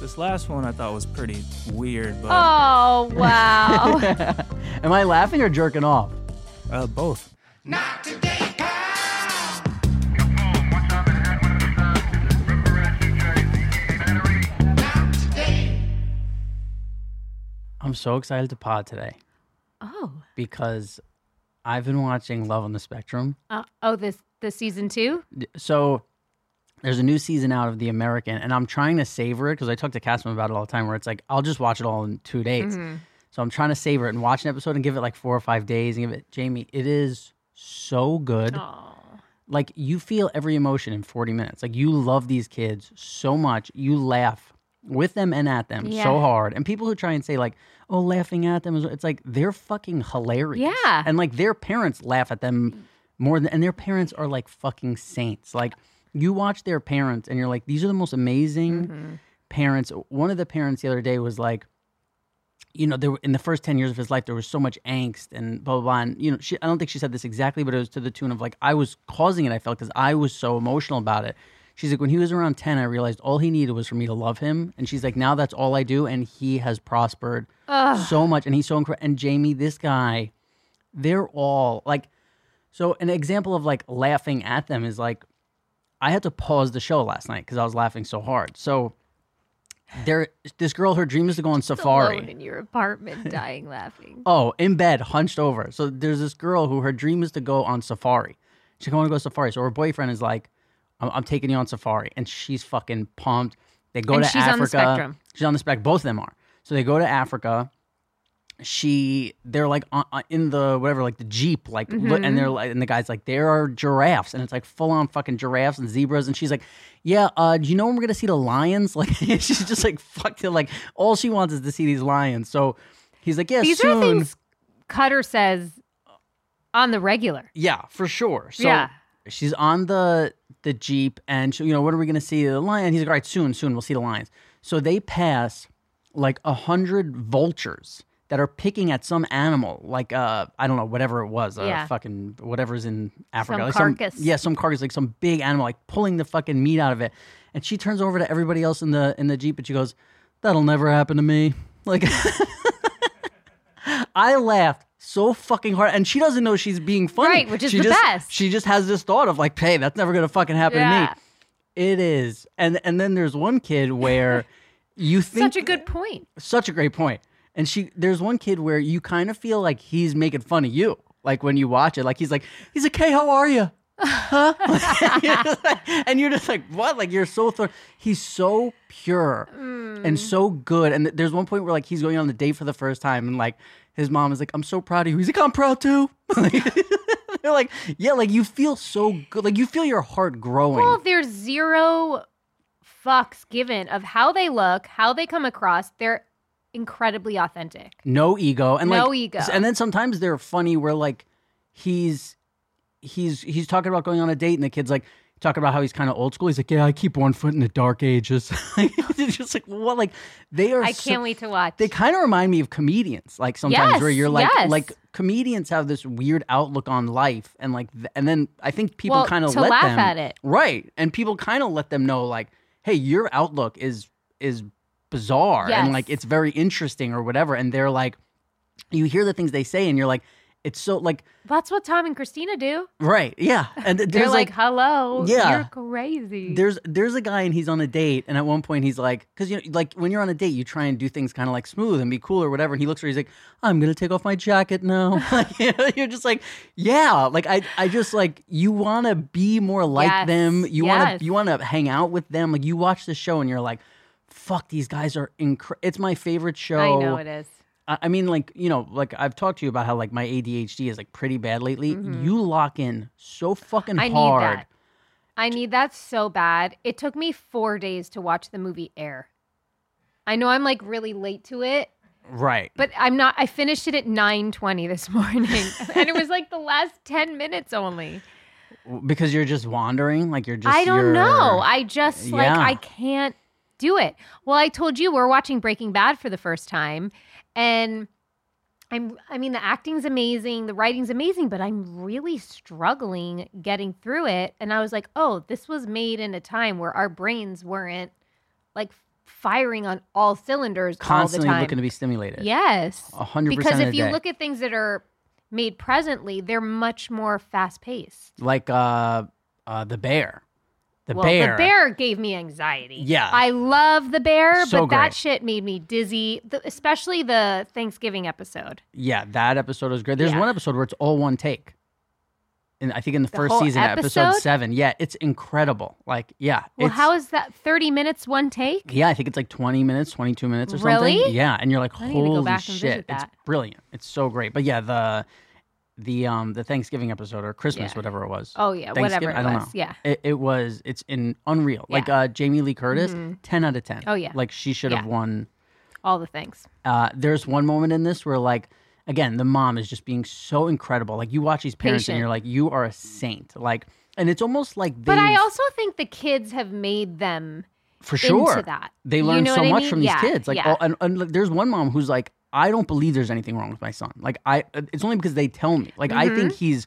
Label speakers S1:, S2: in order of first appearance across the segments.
S1: This last one I thought was pretty weird, but
S2: Oh, wow.
S3: Am I laughing or jerking off?
S2: Oh.
S1: uh, both.
S3: I'm so excited to pod today
S2: oh.
S3: because I've been watching Love on the Spectrum.
S2: Uh, oh, this the season two?
S3: So there's a new season out of The American, and I'm trying to savor it because I talk to Casman about it all the time. Where it's like I'll just watch it all in two days. So I'm trying to savor it and watch an episode and give it like four or five days and give it Jamie. It is so good.
S2: Oh.
S3: like you feel every emotion in 40 minutes like you love these kids so much you laugh with them and at them
S2: Yeah.
S3: so hard and people who try and say like oh laughing at them is it's like they're fucking hilarious
S2: Yeah.
S3: and like their parents laugh at them more than and their parents are like fucking saints like you watch their parents and you're like these are the most amazing parents one of the parents the other day was like you know, there were, in the first 10 years of his life, there was so much angst and blah, blah, blah. And, you know, she, I don't think she said this exactly, but it was to the tune of like, I was causing it, I felt, because I was so emotional about it. She's like, when he was around 10, I realized all he needed was for me to love him. And she's like, now that's all I do. And he has prospered so much. And he's so incredible. And Jamie, this guy, they're all like, so an example of like laughing at them is like, I had to pause the show last night because I was laughing so hard. So, there, this girl, her dream is to go on safari.
S2: Alone in your apartment, dying laughing.
S3: Oh, in bed, hunched over. So there's this girl who her dream is to go on safari. She's going to go safari. So her boyfriend is like, I'm, I'm taking you on safari. And she's fucking pumped. They go
S2: And
S3: to
S2: she's on the
S3: Africa.
S2: spectrum.
S3: She's on the spectrum. Both of them are. So they go to Africa. She, they're like on, on- in the whatever, like the jeep, like, look,
S2: Mm-hmm.
S3: and they're like, and the guy's like, there are giraffes, and it's like full on fucking giraffes and zebras, and she's like, yeah, uh, do you know when we're gonna see the lions? Like, she's just like, fucked it, like all she wants is to see these lions. So he's like, yeah,
S2: These
S3: soon.
S2: are things Cutter says on the regular.
S3: Yeah, for sure. So
S2: Yeah.
S3: she's on the the jeep, and she, you know what are we gonna see the lion? He's like, all right, soon, soon we'll see the lions. So they pass like a hundred vultures that are picking at some animal, like uh, I don't know, whatever it was, uh,
S2: Yeah.
S3: fucking whatever's in Africa,
S2: Some
S3: like
S2: carcass.
S3: yeah, some carcass, like some big animal, like pulling the fucking meat out of it. And she turns over to everybody else in the in the jeep, and she goes, "That'll never happen to me." Like. I laughed so fucking hard, and she doesn't know she's being funny.
S2: Right, which is
S3: she
S2: the
S3: just,
S2: best.
S3: She just has this thought of like, "Hey, that's never gonna fucking happen
S2: Yeah.
S3: to me." It is, and and then there's one kid where you think
S2: Such a good point.
S3: such a great point. And she, there's one kid where you kind of feel like he's making fun of you, like when you watch it, like he's like, he's like, hey, how are you? Huh? You're just like- and you're just like, what? Like you're so thor- he's so pure and so good. And th- there's one point where like he's going on the date for the first time, and like his mom is like, I'm so proud of you. He's like, I'm proud too. They're like, yeah, like you feel so good. Like you feel your heart growing.
S2: Well, there's zero fucks given of how they look, how they come across. They're incredibly authentic.
S3: no ego and
S2: No
S3: like,
S2: ego.
S3: s- and then sometimes they're funny where like he's he's he's talking about going on a date and the kid's like talking about how he's kind of old school he's like yeah i keep one foot in the dark ages it's just like what like they are
S2: I
S3: so-
S2: can't wait to watch.
S3: they kind of remind me of comedians like sometimes
S2: Yes,
S3: where you're like
S2: yes.
S3: like comedians have this weird outlook on life and like th- and then i think people
S2: Well,
S3: kind of
S2: to
S3: let
S2: laugh
S3: them
S2: at it.
S3: right and people kind of let them know like hey your outlook is is bizarre
S2: Yes.
S3: and like it's very interesting or whatever and they're like you hear the things they say and you're like it's so like
S2: That's what Tom and Christina do.
S3: right yeah and th-
S2: They're
S3: there's
S2: like, "Hello,
S3: Yeah.
S2: you're crazy."
S3: there's there's a guy and he's on a date and at one point he's like because you know like when you're on a date you try and do things kind of like smooth and be cool or whatever and he looks at her he's like i'm gonna take off my jacket now like you know, you're just like yeah like i i just like you want to be more like
S2: Yes,
S3: them you want
S2: yes.
S3: to you want to hang out with them like you watch the show and you're like fuck these guys are incredible it's my favorite show
S2: I know it is.
S3: I I mean, like, you know, like I've talked to you about how like my ADHD is like pretty bad lately. You lock in so fucking
S2: Mm-hmm. I need
S3: hard.
S2: that. I need that so bad. It took me four days to watch the movie Air. I know I'm like really late to it,
S3: Right.
S2: but I'm not. I finished it at 9:20 this morning, and it was like the last 10 minutes only.
S3: because you're just wandering like you're just
S2: I don't
S3: you're-
S2: know. I just like
S3: Yeah.
S2: I can't do it. Well, I told you we're watching Breaking Bad for the first time, and I'm. I mean, the acting's amazing, the writing's amazing, but I'm really struggling getting through it. And I was like, oh, this was made in a time where our brains weren't like firing on all cylinders
S3: Constantly
S2: all the time.
S3: looking to be stimulated.
S2: yes.
S3: A hundred percent
S2: Because
S3: of
S2: if
S3: the
S2: you
S3: day.
S2: look at things that are made presently, they're much more fast paced.
S3: like uh, uh, the bear, the
S2: well,
S3: bear,
S2: the bear gave me anxiety.
S3: Yeah.
S2: I love the bear,
S3: So
S2: but that
S3: great.
S2: shit made me dizzy, the, especially the Thanksgiving episode.
S3: Yeah, that episode was great. There's
S2: Yeah.
S3: one episode where it's all one take. And I think in the,
S2: The
S3: first
S2: whole
S3: season,
S2: episode?
S3: seven. Yeah, it's incredible. Like, yeah.
S2: Well,
S3: it's,
S2: how is that 30 minutes one take?
S3: Yeah, I think it's like 20 minutes, 22 minutes or
S2: Really?
S3: something. Yeah, and you're like,
S2: I need to go
S3: holy
S2: back and
S3: shit,
S2: visit
S3: it's
S2: that.
S3: brilliant. It's so great. But yeah, the the um the Thanksgiving episode or Christmas, whatever it was.
S2: Oh, yeah, whatever it
S3: Thanksgiving? I don't
S2: was.
S3: know.
S2: Yeah.
S3: It, it was it's in unreal. Like
S2: Yeah.
S3: uh Jamie Lee Curtis, 10 out of 10.
S2: Oh, yeah.
S3: Like she should have
S2: Yeah.
S3: won
S2: All the things.
S3: uh, there's one moment in this where like again the mom is just being so incredible like you watch these parents
S2: Patient.
S3: and you're like you are a saint like and it's almost like they
S2: But I also think the kids have made them
S3: for sure
S2: into that.
S3: they
S2: You
S3: learn
S2: know
S3: so
S2: what I
S3: much
S2: mean?
S3: from these
S2: Yeah,
S3: kids like oh,
S2: yeah.
S3: all, and, and, like, there's one mom who's like i don't believe there's anything wrong with my son like i it's only because they tell me like i
S2: Mm-hmm.
S3: think he's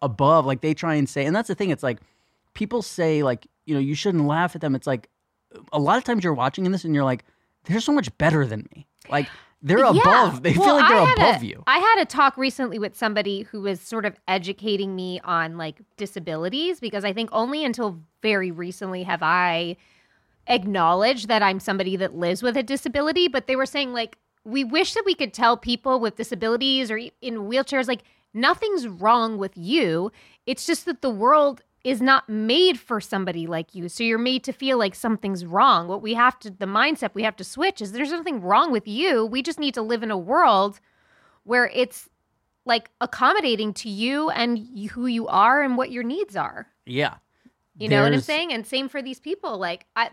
S3: above like they try and say and that's the thing it's like people say like you know you shouldn't laugh at them it's like a lot of times you're watching in this and you're like they're so much better than me like they're
S2: Yeah.
S3: above they feel
S2: Well,
S3: like
S2: I
S3: they're
S2: had a-
S3: above you
S2: I had a talk recently with somebody who was sort of educating me on like disabilities because I think only until very recently have I acknowledged that I'm somebody that lives with a disability. But they were saying like, we wish that we could tell people with disabilities or e- in wheelchairs, like, nothing's wrong with you. It's just that the world is not made for somebody like you. So you're made to feel like something's wrong. What we have to, the mindset we have to switch is there's nothing wrong with you. We just need to live in a world where it's like accommodating to you and you, who you are and what your needs are.
S3: Yeah.
S2: You know what I'm
S3: There's-
S2: saying? And same for these people. Like, I,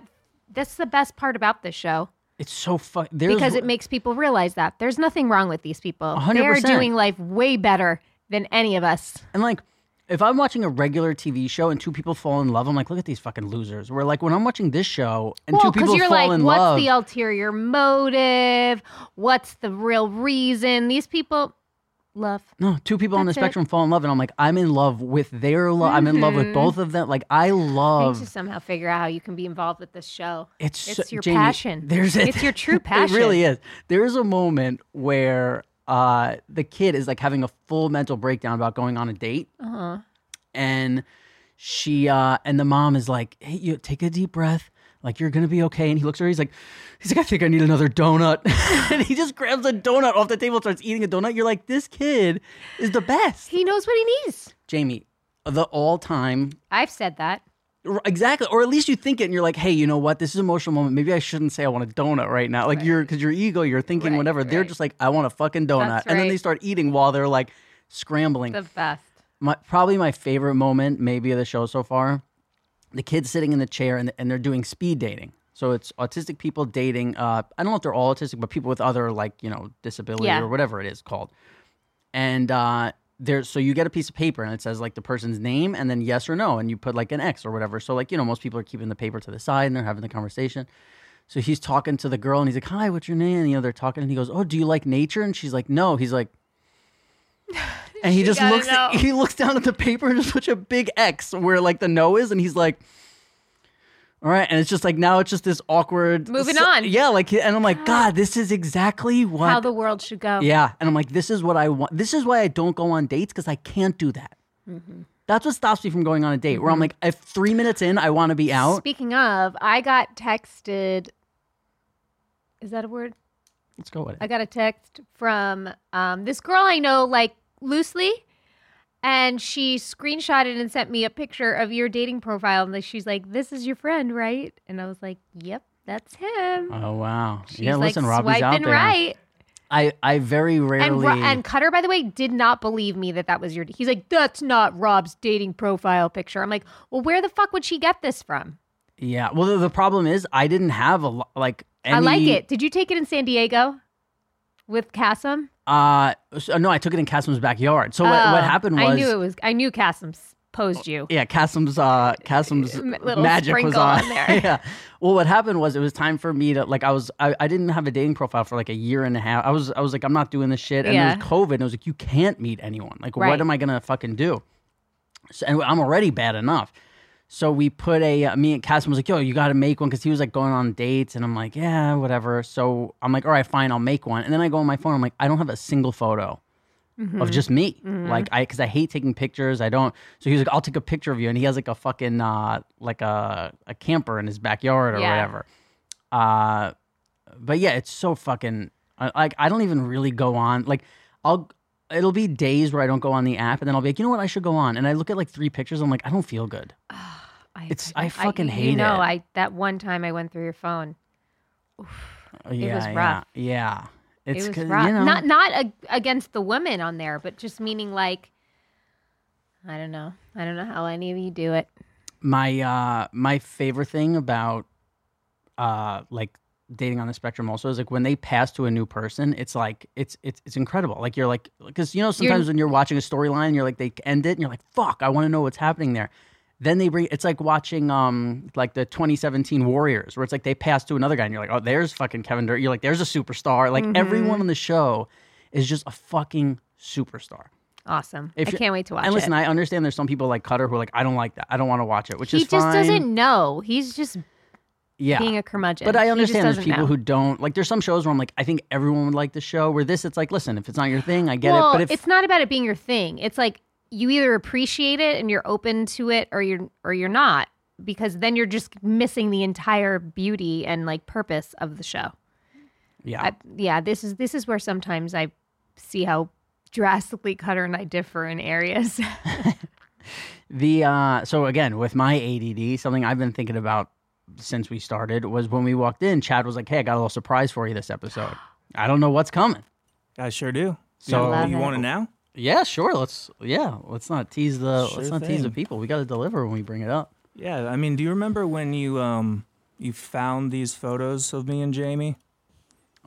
S2: that's the best part about this show
S3: It's so fun. There's
S2: because it makes people realize that there's nothing wrong with these people.
S3: hundred
S2: They are
S3: percent.
S2: doing life way better than any of us.
S3: and like if I'm watching a regular TV show and two people fall in love, I'm like, look at these fucking losers. Where like when I'm watching this show and
S2: well,
S3: two
S2: because
S3: people
S2: you're
S3: fall
S2: like,
S3: in
S2: what's
S3: love,
S2: the ulterior motive? What's the real reason? These people love.
S3: no, two people on the
S2: That's it.
S3: spectrum fall in love, and I'm like, I'm in love with their love. I'm in love with
S2: Mhm.
S3: both of them. Like I
S2: I need
S3: love
S2: to somehow figure out how you can be involved with this show.
S3: It's
S2: It's
S3: so-
S2: your
S3: Jamie,
S2: passion.
S3: There's a,
S2: It's your true
S3: It
S2: passion.
S3: really is. There is a moment where uh, the kid is like having a full mental breakdown about going on a date,
S2: Uh-huh.
S3: and she uh, and the mom is like, "Hey, you take a deep breath." Like you're gonna be okay, and he looks at her. He's like, he's like, I think I need another donut, and he just grabs a donut off the table, and starts eating a donut. You're like, this kid is the best,
S2: He knows what he needs.
S3: Jamie, the all-time
S2: I've said that.
S3: R- Exactly, or at least you think it, and you're like, "Hey, you know what? This is an emotional moment. Maybe I shouldn't say I want a donut right now." Like you're, because your ego, you're thinking
S2: Right,
S3: whatever. They're
S2: right.
S3: just like, "I want a fucking donut,"
S2: That's
S3: and then
S2: right.
S3: they start eating while they're like scrambling.
S2: The best.
S3: my, probably my favorite moment, maybe of the show so far, the kids sitting in the chair and and they're doing speed dating. So it's autistic people dating. Uh, I don't know if they're all autistic, but people with other like you know disability
S2: Yeah.
S3: or whatever it is called. And uh, there, so you get a piece of paper and it says like the person's name and then yes or no, and you put like an X or whatever. So like you know most people are keeping the paper to the side and they're having the conversation. So he's talking to the girl and he's like, "Hi, what's your name?" And you know they're talking and he goes, "Oh, do you like nature?" And she's like, "No." He's like. And he
S2: She
S3: just
S2: gotta
S3: looks.
S2: know.
S3: He looks down at the paper and just puts a big X where like the no is, and he's like, "All right." And it's just like now it's just this awkward.
S2: Moving on.
S3: Yeah, like, and I'm like, God, this is exactly what.
S2: How the world should go.
S3: yeah, and I'm like, this is what I want. This is why I don't go on dates because I can't do that.
S2: Mm-hmm.
S3: That's what stops me from going on a date. Where I'm like, if three minutes in, I want to be out.
S2: Speaking of, I got texted. Is that a word?
S3: Let's go with it.
S2: I got a text from um, this girl I know, like loosely, and she screenshotted and sent me a picture of your dating profile. And she's like, "This is your friend, right?" And I was like, "Yep, that's him."
S3: oh wow.
S2: She's
S3: yeah, listen,
S2: like
S3: Robbie's out
S2: swiping
S3: there.
S2: right,
S3: I I very
S2: and
S3: rarely.
S2: Ro- and Cutter, by the way, did not believe me that that was your. He's like, "That's not Rob's dating profile picture." I'm like, "Well, where the fuck would she get this from?"
S3: yeah. Well, the, the problem is I didn't have a lo- like. Any,
S2: I like it. Did you take it in San Diego with Cassim?
S3: Uh, so, no, I took it in Casim's backyard. So what, what
S2: Oh,
S3: happened was,
S2: I knew it was. I knew Cassim posed you.
S3: yeah, Casim's uh, Casim's
S2: M- little
S3: magic was
S2: sprinkle
S3: on.
S2: on there.
S3: yeah. Well, what happened was it was time for me to like I was I, I didn't have a dating profile for like a year and a half. I was I was like I'm not doing this shit. And
S2: Yeah.
S3: it was COVID, and I was like you can't meet anyone. Like
S2: Right.
S3: what am I gonna fucking do? So, and I'm already bad enough. So we put a uh, me and Cassim was like, "Yo, you got to make one," because he was like going on dates, and I'm like, "Yeah, whatever." So I'm like, "All right, fine, I'll make one." And then I go on my phone. I'm like, "I don't have a single photo of just me, like I because I hate taking pictures. I don't." So he was like, "I'll take a picture of you," and he has like a fucking uh, like a a camper in his backyard or
S2: Yeah.
S3: whatever. Uh, but yeah, it's so fucking I- like I don't even really go on. Like I'll it'll be days where I don't go on the app, and then I'll be like, you know what, I should go on. And I look at like three pictures, I'm like, I don't feel good.
S2: I,
S3: It's- I fucking
S2: you
S3: hate
S2: know,
S3: it.
S2: I that one time I went through your phone.
S3: Oh, yeah,
S2: was rough.
S3: yeah, yeah. It's
S2: it was
S3: 'cause,
S2: rough.
S3: you know,
S2: Not not ag- against the women on there, but just meaning like, I don't know, I don't know how any of you do it.
S3: my uh my favorite thing about uh like dating on the spectrum also is like when they pass to a new person it's like it's it's it's incredible like you're like because you know sometimes when you're watching a storyline you're like they end it and you're like fuck i want to know what's happening there then they bring it's like watching um like the 2017 warriors where it's like they pass to another guy and you're like oh there's fucking kevin Durant. you're like there's a superstar
S2: Mm-hmm.
S3: like everyone on the show is just a fucking superstar
S2: Awesome!
S3: If
S2: I
S3: you-
S2: can't wait to watch
S3: and listen
S2: it.
S3: i understand there's some people like cutter who are like i don't like that i don't want to watch it which
S2: he
S3: is
S2: just
S3: fine
S2: doesn't know. He's just
S3: yeah
S2: being a curmudgeon.
S3: But I
S2: He just
S3: understand there's
S2: doesn't
S3: people
S2: know.
S3: who don't like. There's some shows where I'm like, I think everyone would like the show. Where this, it's like, listen, if it's not your thing, I get
S2: well,
S3: it. But if
S2: it's not about it being your thing. It's like you either appreciate it and you're open to it, or you're or you're not, because then you're just missing the entire beauty and like purpose of the show.
S3: yeah,
S2: I, yeah, this is this is where sometimes I see how drastically Cutter and I differ in areas.
S3: the uh, so again with my ADD, something I've been thinking about since we started was when we walked in. Chad was like, "Hey, I got a little surprise for you this episode. I don't know what's coming."
S1: I sure do.
S3: So-
S1: you,
S2: Love
S1: you
S2: it.
S1: want it now?
S3: Yeah, sure. Let's yeah, let's not tease the let's
S1: Sure
S3: not tease the
S1: thing.
S3: people. We got to deliver when we bring it up.
S1: Yeah. I mean, do you remember when you um you found these photos of me and Jamie?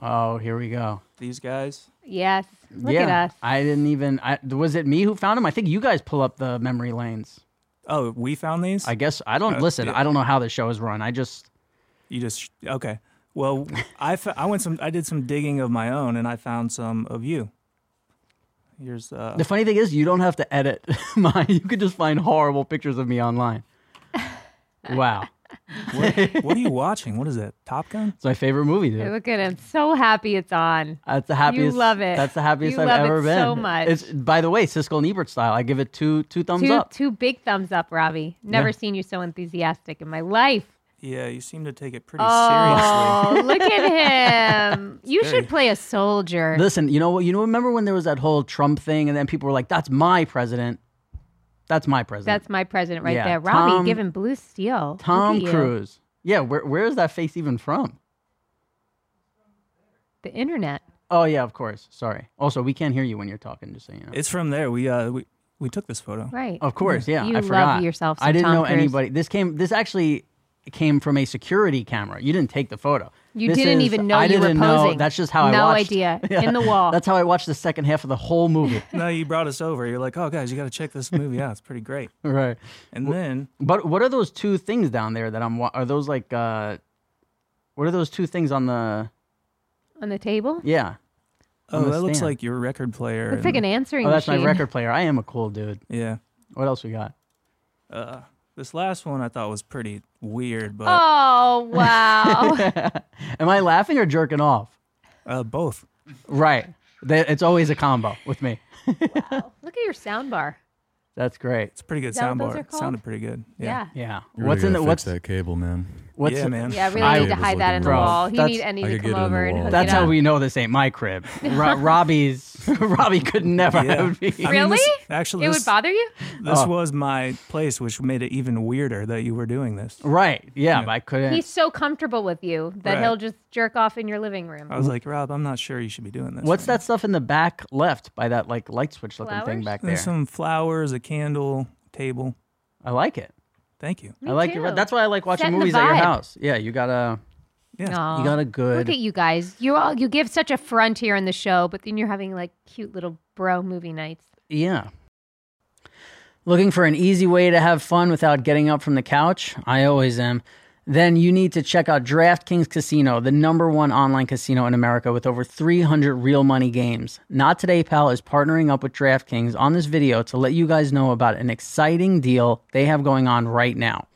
S3: Oh, here we go.
S1: These guys.
S2: yes, look
S3: yeah,
S2: at us.
S3: I didn't even. I, was it me who found him? I think you guys pull up the memory lanes.
S1: Oh, we found these.
S3: I guess I don't
S1: Uh,
S3: listen.
S1: yeah.
S3: I don't know how the show is run. I just
S1: you just okay. Well, I fo- I went some. I did some digging of my own, and I found some of you. Here's uh.
S3: the funny thing is you don't have to edit mine. You could just find horrible pictures of me online. Wow,
S1: what, what are you watching? What is that? Top Gun.
S3: it's my favorite movie,
S2: Hey,
S3: dude.
S2: Look at him. So happy it's on.
S3: That's the happiest.
S2: love it.
S3: That's the happiest
S2: You
S3: I've
S2: love it
S3: ever been.
S2: so much.
S3: It's by the way, Siskel and Ebert style. I give it two two thumbs
S2: Two,
S3: up.
S2: two big thumbs up, Robbie. Never
S3: Yeah.
S2: seen you so enthusiastic in my life.
S1: Yeah, you seem to take it pretty seriously.
S2: Oh, look at him. You
S1: very-
S2: should play a soldier.
S3: Listen, you know what? You know, remember when there was that whole Trump thing, and then people were like, "That's my president." That's my president.
S2: That's my president right
S3: Yeah,
S2: there. Robbie
S3: Tom-
S2: giving blue steel. Look
S3: Tom
S2: at you.
S3: Cruise. Yeah, where where is that face even from?
S2: The internet.
S3: Oh yeah, of course. Sorry. Also, we can't hear you when you're talking. Just so you know.
S1: It's from there. We uh we, we took this photo.
S2: Right.
S3: Of course, yeah.
S2: You
S3: I
S2: love
S3: forgot.
S2: yourself some
S3: I didn't
S2: Tom
S3: know
S2: Cruise.
S3: anybody. This came. This actually came from a security camera. You didn't take the photo.
S2: You
S3: This
S2: didn't
S3: is-
S2: even know
S3: I
S2: you were
S3: didn't know.
S2: posing.
S3: That's just how I
S2: No
S3: watched.
S2: idea. In the wall.
S3: That's how I watched the second half of the whole movie.
S1: No, you brought us over. You're like, oh guys, you got to check this movie out. It's pretty great.
S3: right.
S1: And then
S3: But what are those two things down there that I'm? wa- Are those like? uh What are those two things on the?
S2: On the table?
S3: Yeah. on
S1: oh,
S3: the
S1: that looks
S3: stand?
S1: like your record player.
S2: Looks
S1: and-
S2: like an answering
S3: Oh, that's my
S2: machine.
S3: record player. I am a cool dude.
S1: yeah.
S3: What else we got?
S1: Uh, this last one I thought was pretty weird, but
S2: Oh, wow.
S3: Am I laughing or jerking off?
S2: Oh.
S1: uh, both.
S3: Right. That- It's always a combo with me.
S2: Look at your sound bar.
S3: That's great.
S1: It's a pretty good
S2: Is that what those
S1: soundboard.
S2: are
S1: It
S2: called?
S1: Sounded pretty good.
S2: Yeah.
S1: Yeah.
S3: Yeah.
S4: You really
S3: what's in
S4: gotta
S3: the what's
S4: fix that cable, man?
S3: what's
S1: Yeah, man.
S2: Yeah, I really
S3: I
S2: need to
S4: was
S2: hide that
S4: looking
S2: in the
S3: for-
S2: wall. He
S3: That's-
S2: need, and
S4: I
S2: you
S4: could
S2: to come
S4: get it in the
S2: over and
S4: wall.
S2: hook
S3: That's
S2: it up.
S3: how we know this ain't my crib. Ro- Robbie's Robbie could never
S1: Yeah.
S3: have me.
S1: I mean, this-
S2: Really?
S1: actually,
S2: It
S1: this,
S2: would bother you?
S1: this
S3: Oh.
S1: was my place, which made it even weirder that you were doing this.
S3: Right. Yeah, but I couldn't.
S2: He's so comfortable with you that
S1: Right. Oh,
S2: he'll just jerk off in your living room.
S1: I was like, Rob, I'm not sure you should be doing this.
S3: Mm. What's
S1: right
S3: that stuff in the back left by that like light switch looking thing
S2: Flowers?
S3: back
S1: now." There's
S3: there?
S1: some flowers, a candle, table.
S3: I like it.
S1: Thank you.
S2: Me
S3: I like
S2: too.
S3: it. That's why I like watching
S2: Setting the
S3: movies at your
S2: vibe.
S3: house. Yeah, you got a
S1: Yeah.
S2: Aw.
S3: you got a
S2: Look
S3: good
S2: at you guys. You all you give such a frontier in the show, but then you're having like cute little bro movie nights.
S3: Yeah. Looking for an easy way to have fun without getting up from the couch? I always am. Then you need to check out DraftKings Casino, the number one online casino in America with over 300 real money games. Not Today Pal is partnering up with DraftKings on this video to let you guys know about an exciting deal they have going on right now.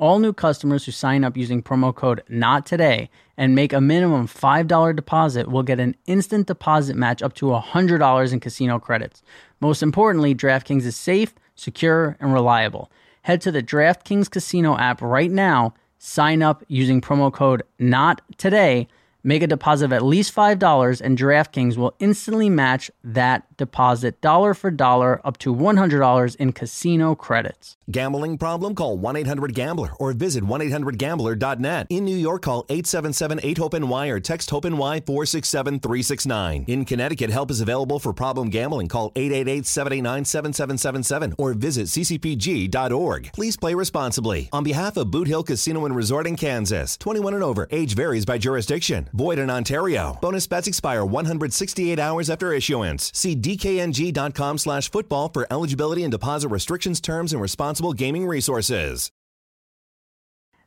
S3: All new customers who sign up using promo code not today and make a minimum $5 deposit will get an instant deposit match up to $100 in casino credits. Most importantly, DraftKings is safe, secure, and reliable. Head to the DraftKings Casino app right now, sign up using promo code not today, make a deposit of at least $5 and DraftKings will instantly match that deposit dollar for dollar up to $100 in casino credits.
S4: Gambling problem? Call 1 800 Gambler or visit 1 800 Gambler.net. In New York, call 877 8 Hope NY or text Hope NY 467 369. In Connecticut, help is available for problem gambling. Call 888 789 7777 or visit ccpg.org. Please play responsibly. On behalf of Boot Hill Casino and Resort in Kansas, 21 and over, age varies by jurisdiction. Void in Ontario. Bonus bets expire 168 hours after issuance. See dkng.com slash football for eligibility and deposit restrictions, terms, and responsible gaming resources.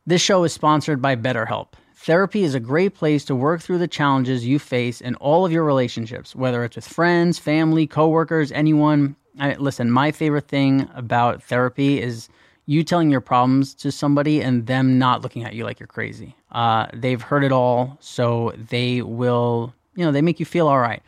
S3: This show is sponsored by BetterHelp. Therapy is a great place to work through the challenges you face in all of your relationships, whether it's with friends, family, coworkers, anyone. I, listen, my favorite thing about therapy is you telling your problems to somebody and them not looking at you like you're crazy. Uh, they've heard it all, so they will, you know, they make you feel all right.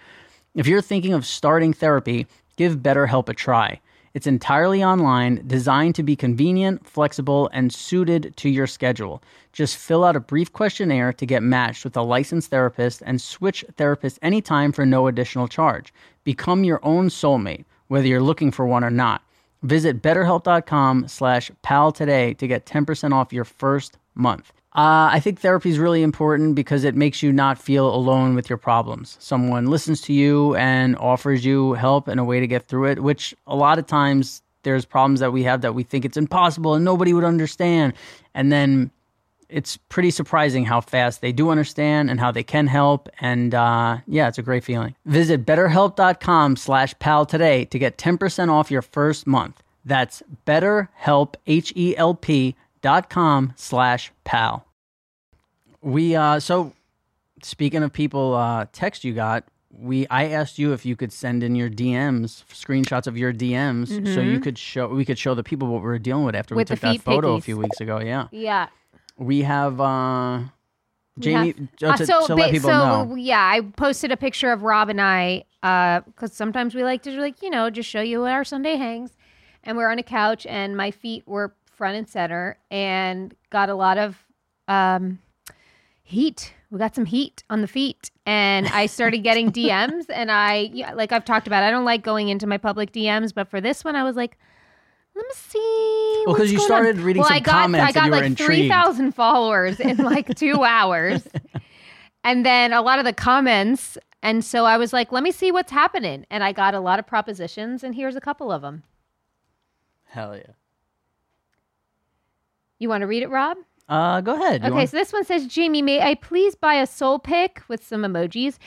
S3: If you're thinking of starting therapy, give BetterHelp a try. It's entirely online, designed to be convenient, flexible, and suited to your schedule. Just fill out a brief questionnaire to get matched with a licensed therapist and switch therapists anytime for no additional charge. Become your own soulmate, whether you're looking for one or not. Visit betterhelp.com slash pal today to get 10% off your first month. Uh, I think therapy is really important because it makes you not feel alone with your problems. Someone listens to you and offers you help and a way to get through it, which a lot of times there's problems that we have that we think it's impossible and nobody would understand. And then it's pretty surprising how fast they do understand and how they can help and uh, yeah it's a great feeling visit betterhelp.com slash pal today to get 10% off your first month that's betterhelp h-e-l-p dot com slash pal we uh so speaking of people uh text you got we i asked you if you could send in your dms screenshots of your dms so you could show we could show the people what we were dealing with after
S2: Mm-hmm. With the
S3: we took that
S2: feet
S3: photo a
S2: pickies.
S3: few weeks ago yeah
S2: Yeah.
S3: we have uh Jamie
S2: Uh,
S3: to, to let
S2: ba-
S3: people
S2: so
S3: know.
S2: yeah, I posted a picture of Rob and I because sometimes we like to like you know just show you our Sunday hangs, and we're on a couch and my feet were front and center and got a lot of um, heat. We got some heat on the feet, and I started getting DMs. And I yeah, like I've talked about, I don't like going into my public DMs, but for this one, I was like. Let me see.
S3: Well, 'cause
S2: what's
S3: you
S2: going on."
S3: started reading
S2: Well,
S3: some
S2: I got,
S3: comments
S2: I
S3: and
S2: got
S3: you were
S2: like three
S3: intrigued.
S2: thousand followers in like two hours, and then a lot of the comments. And so I was like, let me see what's happening. And I got a lot of propositions, and here's a couple of them.
S3: Hell yeah.
S2: You want to read it, Rob?
S3: Uh, go ahead. You
S2: okay,
S3: want-
S2: so this one says, Jamie, may I please buy a soul pick with some emojis?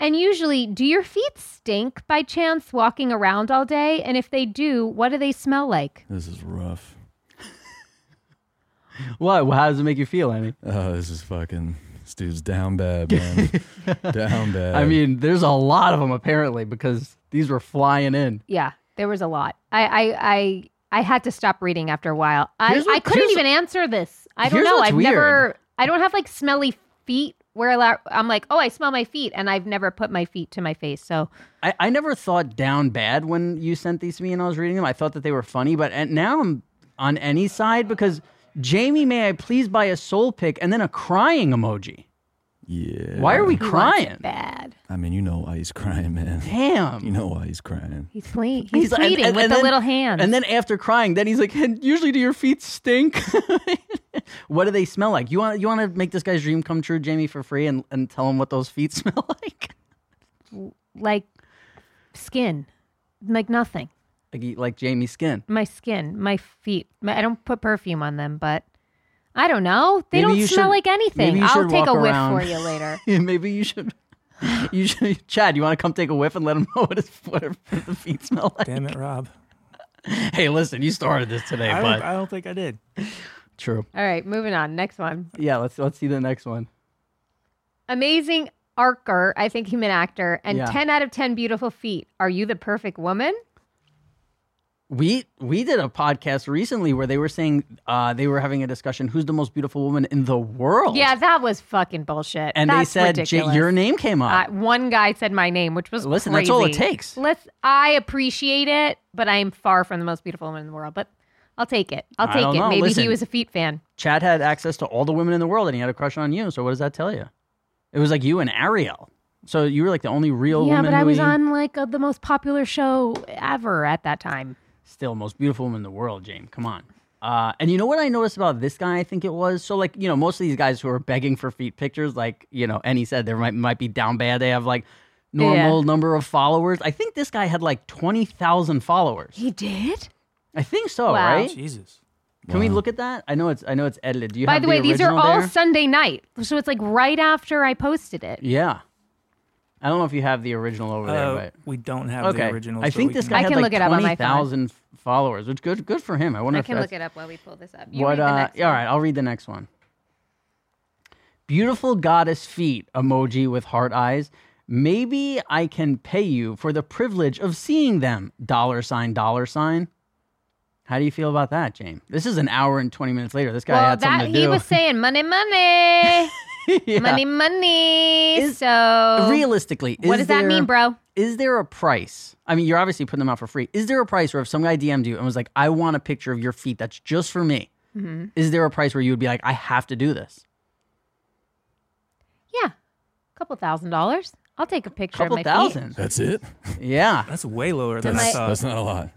S2: And usually, do your feet stink by chance walking around all day? And if they do, what do they smell like?
S5: This is rough.
S3: what? Well, how does it make you feel, Amy?
S5: Oh, this is fucking. This dude's down bad, man. down bad.
S3: I mean, there's a lot of them apparently because these were flying in.
S2: Yeah, there was a lot. I I I, I had to stop reading after a while. I,
S3: Here's what-
S2: I couldn't
S3: here's-
S2: even answer this. I don't
S3: here's
S2: know.
S3: what's
S2: I've
S3: weird.
S2: never I don't have like smelly feet where a lot- I'm like, "Oh, I smell my feet." And I've never put my feet to my face. So,
S3: I, I never thought down bad when you sent these to me and I was reading them. I thought that they were funny, but and now I'm on any side because Jamie, may I please buy a soul pick and then a crying emoji?
S5: yeah.
S3: Why are we
S2: he wants
S3: crying?
S2: Bad.
S5: I mean, you know why he's crying, man.
S3: Damn.
S5: You know why he's crying.
S2: He's pleading. He's,
S3: like-
S2: pleading with the
S3: then-
S2: little hands.
S3: And then after crying, then he's like, and usually do your feet stink? what do they smell like? You want you want to make this guy's dream come true, Jamie, for free and, and tell him what those feet smell like?
S2: like skin, like nothing.
S3: Like, he- like Jamie's skin.
S2: My skin, my feet. My, I don't put perfume on them, but I don't know. They
S3: Maybe you
S2: don't smell
S3: should-
S2: like anything.
S3: maybe you
S2: I'll
S3: should
S2: take
S3: walk
S2: a whiff
S3: around.
S2: for you later.
S3: Maybe you should you should Chad, you want to come take a whiff and let him know what his what her- what the feet smell like?
S1: Damn it, Rob.
S3: Hey, listen, you started this today,
S1: I
S3: but
S1: don't, I don't think I did.
S3: true.
S2: All right, moving on. Next one.
S3: Yeah, let's let's see the next one.
S2: Amazing archer, I think he meant actor, and
S3: Yeah.
S2: 10 out of 10 beautiful feet. Are you the perfect woman?
S3: we we did a podcast recently where they were saying uh, they were having a discussion who's the most beautiful woman in the world.
S2: Yeah, that was fucking bullshit.
S3: and
S2: That's
S3: they said J-
S2: ridiculous.
S3: your name came
S2: Uh,
S3: up.
S2: one guy said my name, which was
S3: Listen, that's all it
S2: crazy.
S3: takes.
S2: Let's. I appreciate it, but I'm far from the most beautiful woman in the world. But I'll take it. I'll
S3: I
S2: take
S3: don't
S2: it.
S3: know.
S2: Maybe
S3: Listen.
S2: he was a feet fan.
S3: Chad had access to all the women in the world, and he had a crush on you. So what does that tell you? It was like you and Ariel. So you were like the only real
S2: yeah,
S3: woman.
S2: but I
S3: who
S2: was
S3: he-
S2: on like uh, the most popular show ever at that time.
S3: still most beautiful woman in the world, James. Come on. Uh, and you know what I noticed about this guy? I think it was so like you know most of these guys who are begging for feet pictures, like you know, and he said there might might be down bad. They have like normal number of followers. I think this guy had like twenty thousand followers.
S2: He did.
S3: I think so,
S2: Wow.
S3: right?
S1: Jesus.
S3: Can we look at that? I know it's I know it's edited. Do you
S2: By
S3: have
S2: the way, these are
S3: original
S2: all
S3: there?
S2: Sunday night, so it's like right after I posted it.
S3: yeah. I don't know if you have the original over
S1: Uh,
S3: there,
S1: we don't have
S3: but
S1: the
S3: okay.
S1: original.
S3: I think this guy
S2: I
S3: had
S2: can
S3: like
S2: look it up on my
S3: twenty
S2: phone.
S3: thousand followers, which good good for him. I wonder
S2: I
S3: if
S2: can
S3: that's
S2: look it up while we pull this up. You
S3: What?
S2: read the
S3: Uh,
S2: next
S3: all
S2: one.
S3: right, I'll read the next one. Beautiful goddess feet emoji with heart eyes. Maybe I can pay you for the privilege of seeing them. Dollar sign, dollar sign. How do you feel about that, James? This is an hour and twenty minutes later. This guy
S2: Well,
S3: had something
S2: that
S3: to
S2: he
S3: do.
S2: was saying money, money,
S3: Yeah.
S2: money, money.
S3: Is-
S2: so
S3: Realistically,
S2: what
S3: is
S2: does that
S3: there-
S2: mean, bro?
S3: Is there a price? I mean, you're obviously putting them out for free. Is there a price where if some guy DM'd you and was like, "I want a picture of your feet that's just for me,"
S2: Mm-hmm.
S3: is there a price where you would be like, "I have to do this"?
S2: Yeah, a couple thousand dollars. I'll take a picture
S3: couple
S2: of my feet.
S3: thousand.
S5: That's it.
S3: Yeah.
S1: That's way lower than
S2: my-
S1: I thought.
S5: That's not a lot.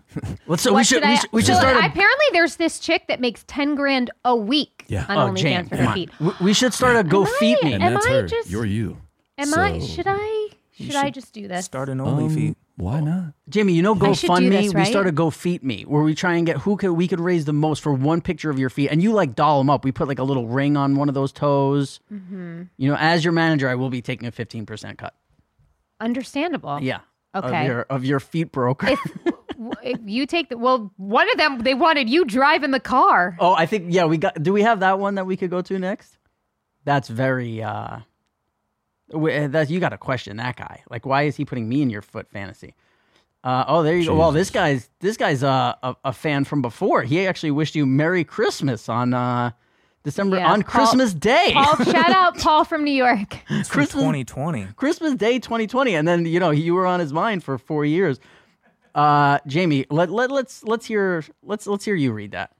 S3: Well, so we
S2: What
S3: should,
S2: I-
S3: we should we should
S2: Well,
S3: start a,
S2: apparently, there's this chick that makes ten grand a week
S5: Yeah.
S2: on
S3: oh,
S2: OnlyFans
S3: Jam,
S2: for
S3: come
S2: her
S3: on.
S2: feet.
S3: We, we should start a Go Feet Me.
S5: And
S2: Am
S5: that's
S2: I
S5: her.
S2: just-
S5: You're you.
S2: Am I?
S5: So-
S2: Should I? Should I
S1: should
S2: just do this?
S1: Start an
S5: Um,
S1: only feet.
S5: Why not?
S3: Jimmy, you know
S2: I should do
S3: GoFundMe.
S2: this,
S3: We
S2: right?
S3: start a Go Feet Me where we try and get who could we could raise the most for one picture of your feet, and you like doll them up. We put like a little ring on one of those toes.
S2: Mm-hmm.
S3: You know, as your manager, I will be taking a fifteen percent cut.
S2: Understandable.
S3: Yeah. Of
S2: Okay.
S3: your of your feet broker.
S2: W- If you take the well, one of them they wanted you driving the car.
S3: oh, I think yeah. We got. Do we have that one that we could go to next? That's very. uh w- eh, that you got to question that guy. Like, why is he putting me in your foot fantasy? Uh, oh, there you go. Well, this guy's this guy's uh, a a fan from before. He actually wished you Merry Christmas on uh December
S2: Yeah,
S3: on
S2: Paul-
S3: Christmas Day.
S2: Paul, shout out Paul from New York.
S1: It's from
S3: Christmas-
S1: 2020.
S3: Christmas Day 2020, and then you know you were on his mind for four years. Uh, Jamie, let, let let's let's hear let's let's hear you read that.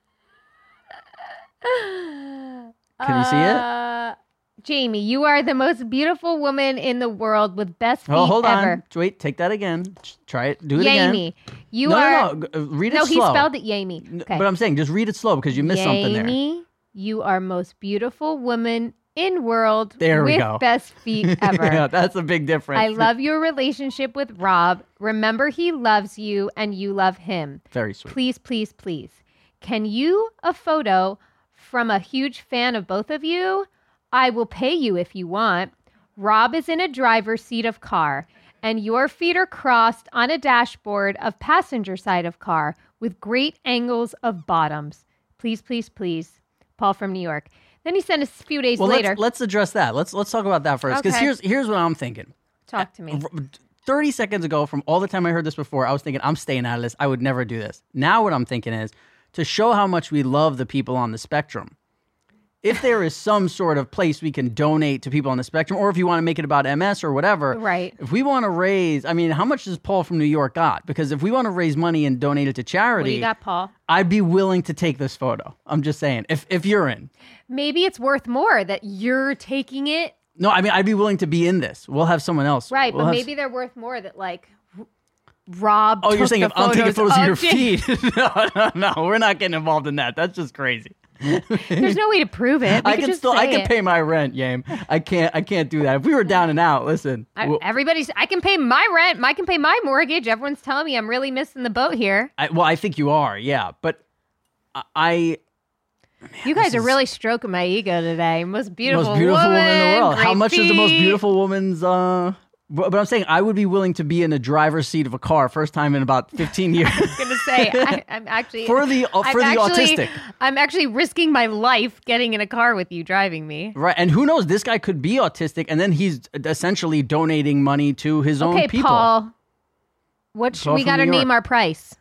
S3: Can you see it?
S2: Uh, Jamie, you are the most beautiful woman in the world with best feet
S3: Oh, hold on.
S2: ever.
S3: Wait, take that again. Ch- Try it. Do it again.
S2: Jamie, you
S3: no,
S2: are
S3: no, no. g- uh, Read it
S2: No, he
S3: slow.
S2: spelled it Yamie.
S3: N-
S2: Okay.
S3: But I'm saying just read it slow because you missed something there.
S2: Jamie, you are most beautiful woman in world
S3: There we
S2: with
S3: go.
S2: best feet ever.
S3: yeah, that's a big difference.
S2: I love your relationship with Rob. Remember he loves you and you love him.
S3: Very sweet.
S2: Please, please, please. Can you a photo from a huge fan of both of you? I will pay you if you want. Rob is in a driver's seat of car, and your feet are crossed on a dashboard of passenger side of car with great angles of bottoms. Please, please, please. Paul from New York. Then he sent us a few days
S3: Well,
S2: later.
S3: let's let's address that. Let's let's talk about that first because
S2: Okay.
S3: here's here's what I'm thinking.
S2: Talk to me.
S3: r- 30 seconds ago, from all the time I heard this before, I was thinking, I'm staying out of this. I would never do this. Now, what I'm thinking is to show how much we love the people on the spectrum. If there is some sort of place we can donate to people on the spectrum, or if you want to make it about MS or whatever,
S2: Right.
S3: If we want to raise, I mean, how much does Paul from New York got? Because if we want to raise money and donate it to
S2: What do
S3: charity,
S2: you got, Paul?
S3: I'd be willing to take this photo. I'm just saying, if if you're in,
S2: Maybe it's worth more that you're taking it
S3: no, I mean, I'd be willing to be in this. We'll have someone else,
S2: Right, but
S3: We'll have-
S2: maybe they're worth more that like R- Rob.
S3: Oh, you're
S2: took
S3: saying
S2: the
S3: if I'm taking photos of your
S2: Jim-
S3: feet? no, no, no. We're not getting involved in that. That's just crazy.
S2: There's no way to prove it. We
S3: I
S2: could
S3: can
S2: just
S3: still, I
S2: say
S3: can
S2: it.
S3: pay my rent, Yame. I can't, I can't do that. If we were down and out, listen.
S2: I,
S3: well,
S2: everybody's. I can pay my rent. I can pay my mortgage. Everyone's telling me I'm really missing the boat here.
S3: I, well, I think you are, yeah. But I, I
S2: you guys are really stroking my ego today. Most beautiful,
S3: most beautiful woman, in the world. How
S2: great
S3: much is the most
S2: feet.
S3: beautiful woman's? uh but but I'm saying I would be willing to be in the driver's seat of a car first time in about 15 years.
S2: I'm gonna say I, I'm actually
S3: For the- uh,
S2: I'm
S3: for the
S2: actually-
S3: autistic.
S2: I'm actually risking my life getting in a car with you driving me.
S3: right. And who knows, this guy could be autistic and then he's essentially donating money to his own
S2: Okay,
S3: people.
S2: Paul. What should
S3: Paul
S2: we
S3: from
S2: gotta
S3: New York.
S2: name our price?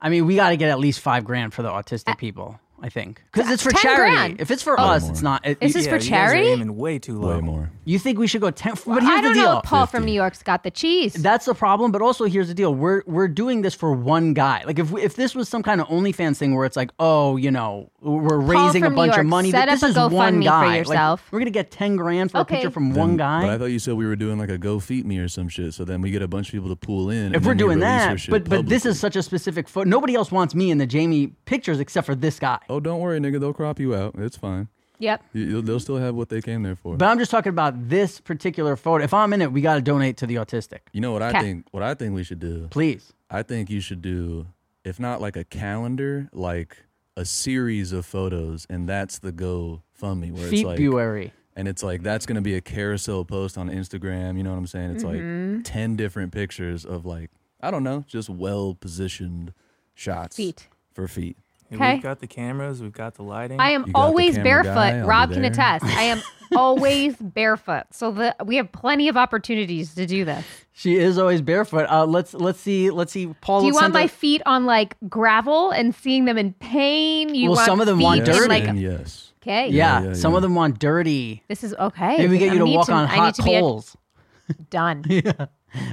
S3: I mean, we got to get at least five grand for the autistic people. I think because it's for
S2: 10
S3: charity.
S2: grand.
S3: If it's for us, it's not. It,
S2: This
S3: you,
S2: is for
S1: You guys are
S2: charity?
S1: aiming way too low.
S5: Way more.
S3: you think we should go ten? But here's
S2: I don't
S3: the deal.
S2: know if Paul from New York's got the cheese.
S3: That's the problem. But also, here's the deal: we're we're doing this for one guy. Like, if we, if this was some kind of OnlyFans thing where it's like, oh, you know, we're raising a
S2: from New
S3: bunch of
S2: York,
S3: money,
S2: set
S3: but this
S2: up a
S3: is one
S2: GoFundMe for
S3: guy. Like,
S2: yourself.
S3: we're gonna get ten grand for
S2: Okay.
S3: a picture from
S5: Then-
S3: one guy.
S5: But I thought you said we were doing like a go feed me or some shit. So then we get a bunch of people to pull
S3: if
S5: in. and
S3: we're
S5: then we
S3: doing
S5: release our
S3: that,
S5: shit
S3: but but this
S5: publicly.
S3: is such a specific photo. Nobody else wants me in the Jamie pictures except for this guy.
S5: Oh, don't worry, nigga. They'll crop you out. It's fine.
S2: Yep.
S5: You, you'll- they'll still have what they came there for.
S3: But I'm just talking about this particular photo. If I'm in it, we got to donate to the autistic,
S5: you know what I
S2: Okay.
S5: think? What I think we should do?
S3: please.
S5: I think you should do, if not like a calendar, like a series of photos, and that's the GoFundMe where it's like,
S3: February.
S5: and it's like that's gonna be a carousel post on Instagram. You know what I'm saying? It's
S2: Mm-hmm.
S5: like ten different pictures of like I don't know, just well positioned shots
S2: Feet.
S5: for feet.
S2: Okay.
S1: We've got the cameras. We've got the lighting.
S2: I am
S5: You got the
S2: always
S5: camera
S2: barefoot.
S5: guy, I'll be
S2: Rob can
S5: there.
S2: attest. I am always barefoot. So the, we have plenty of opportunities to do this.
S3: She is always barefoot. Uh, let's let's see let's see. Paul,
S2: Do you
S3: sent
S2: want my
S3: a-
S2: feet on like gravel and seeing them in pain? You
S3: Well,
S2: want
S3: some of them
S2: feet
S3: want
S2: in,
S3: dirty.
S2: Like,
S5: and yes.
S2: okay.
S3: Yeah,
S5: Yeah, yeah,
S3: some
S5: yeah.
S3: of them want dirty.
S2: This is okay.
S3: Maybe we get
S2: I
S3: you to
S2: need
S3: walk on
S2: I need
S3: hot
S2: to be a-
S3: coals.
S2: done.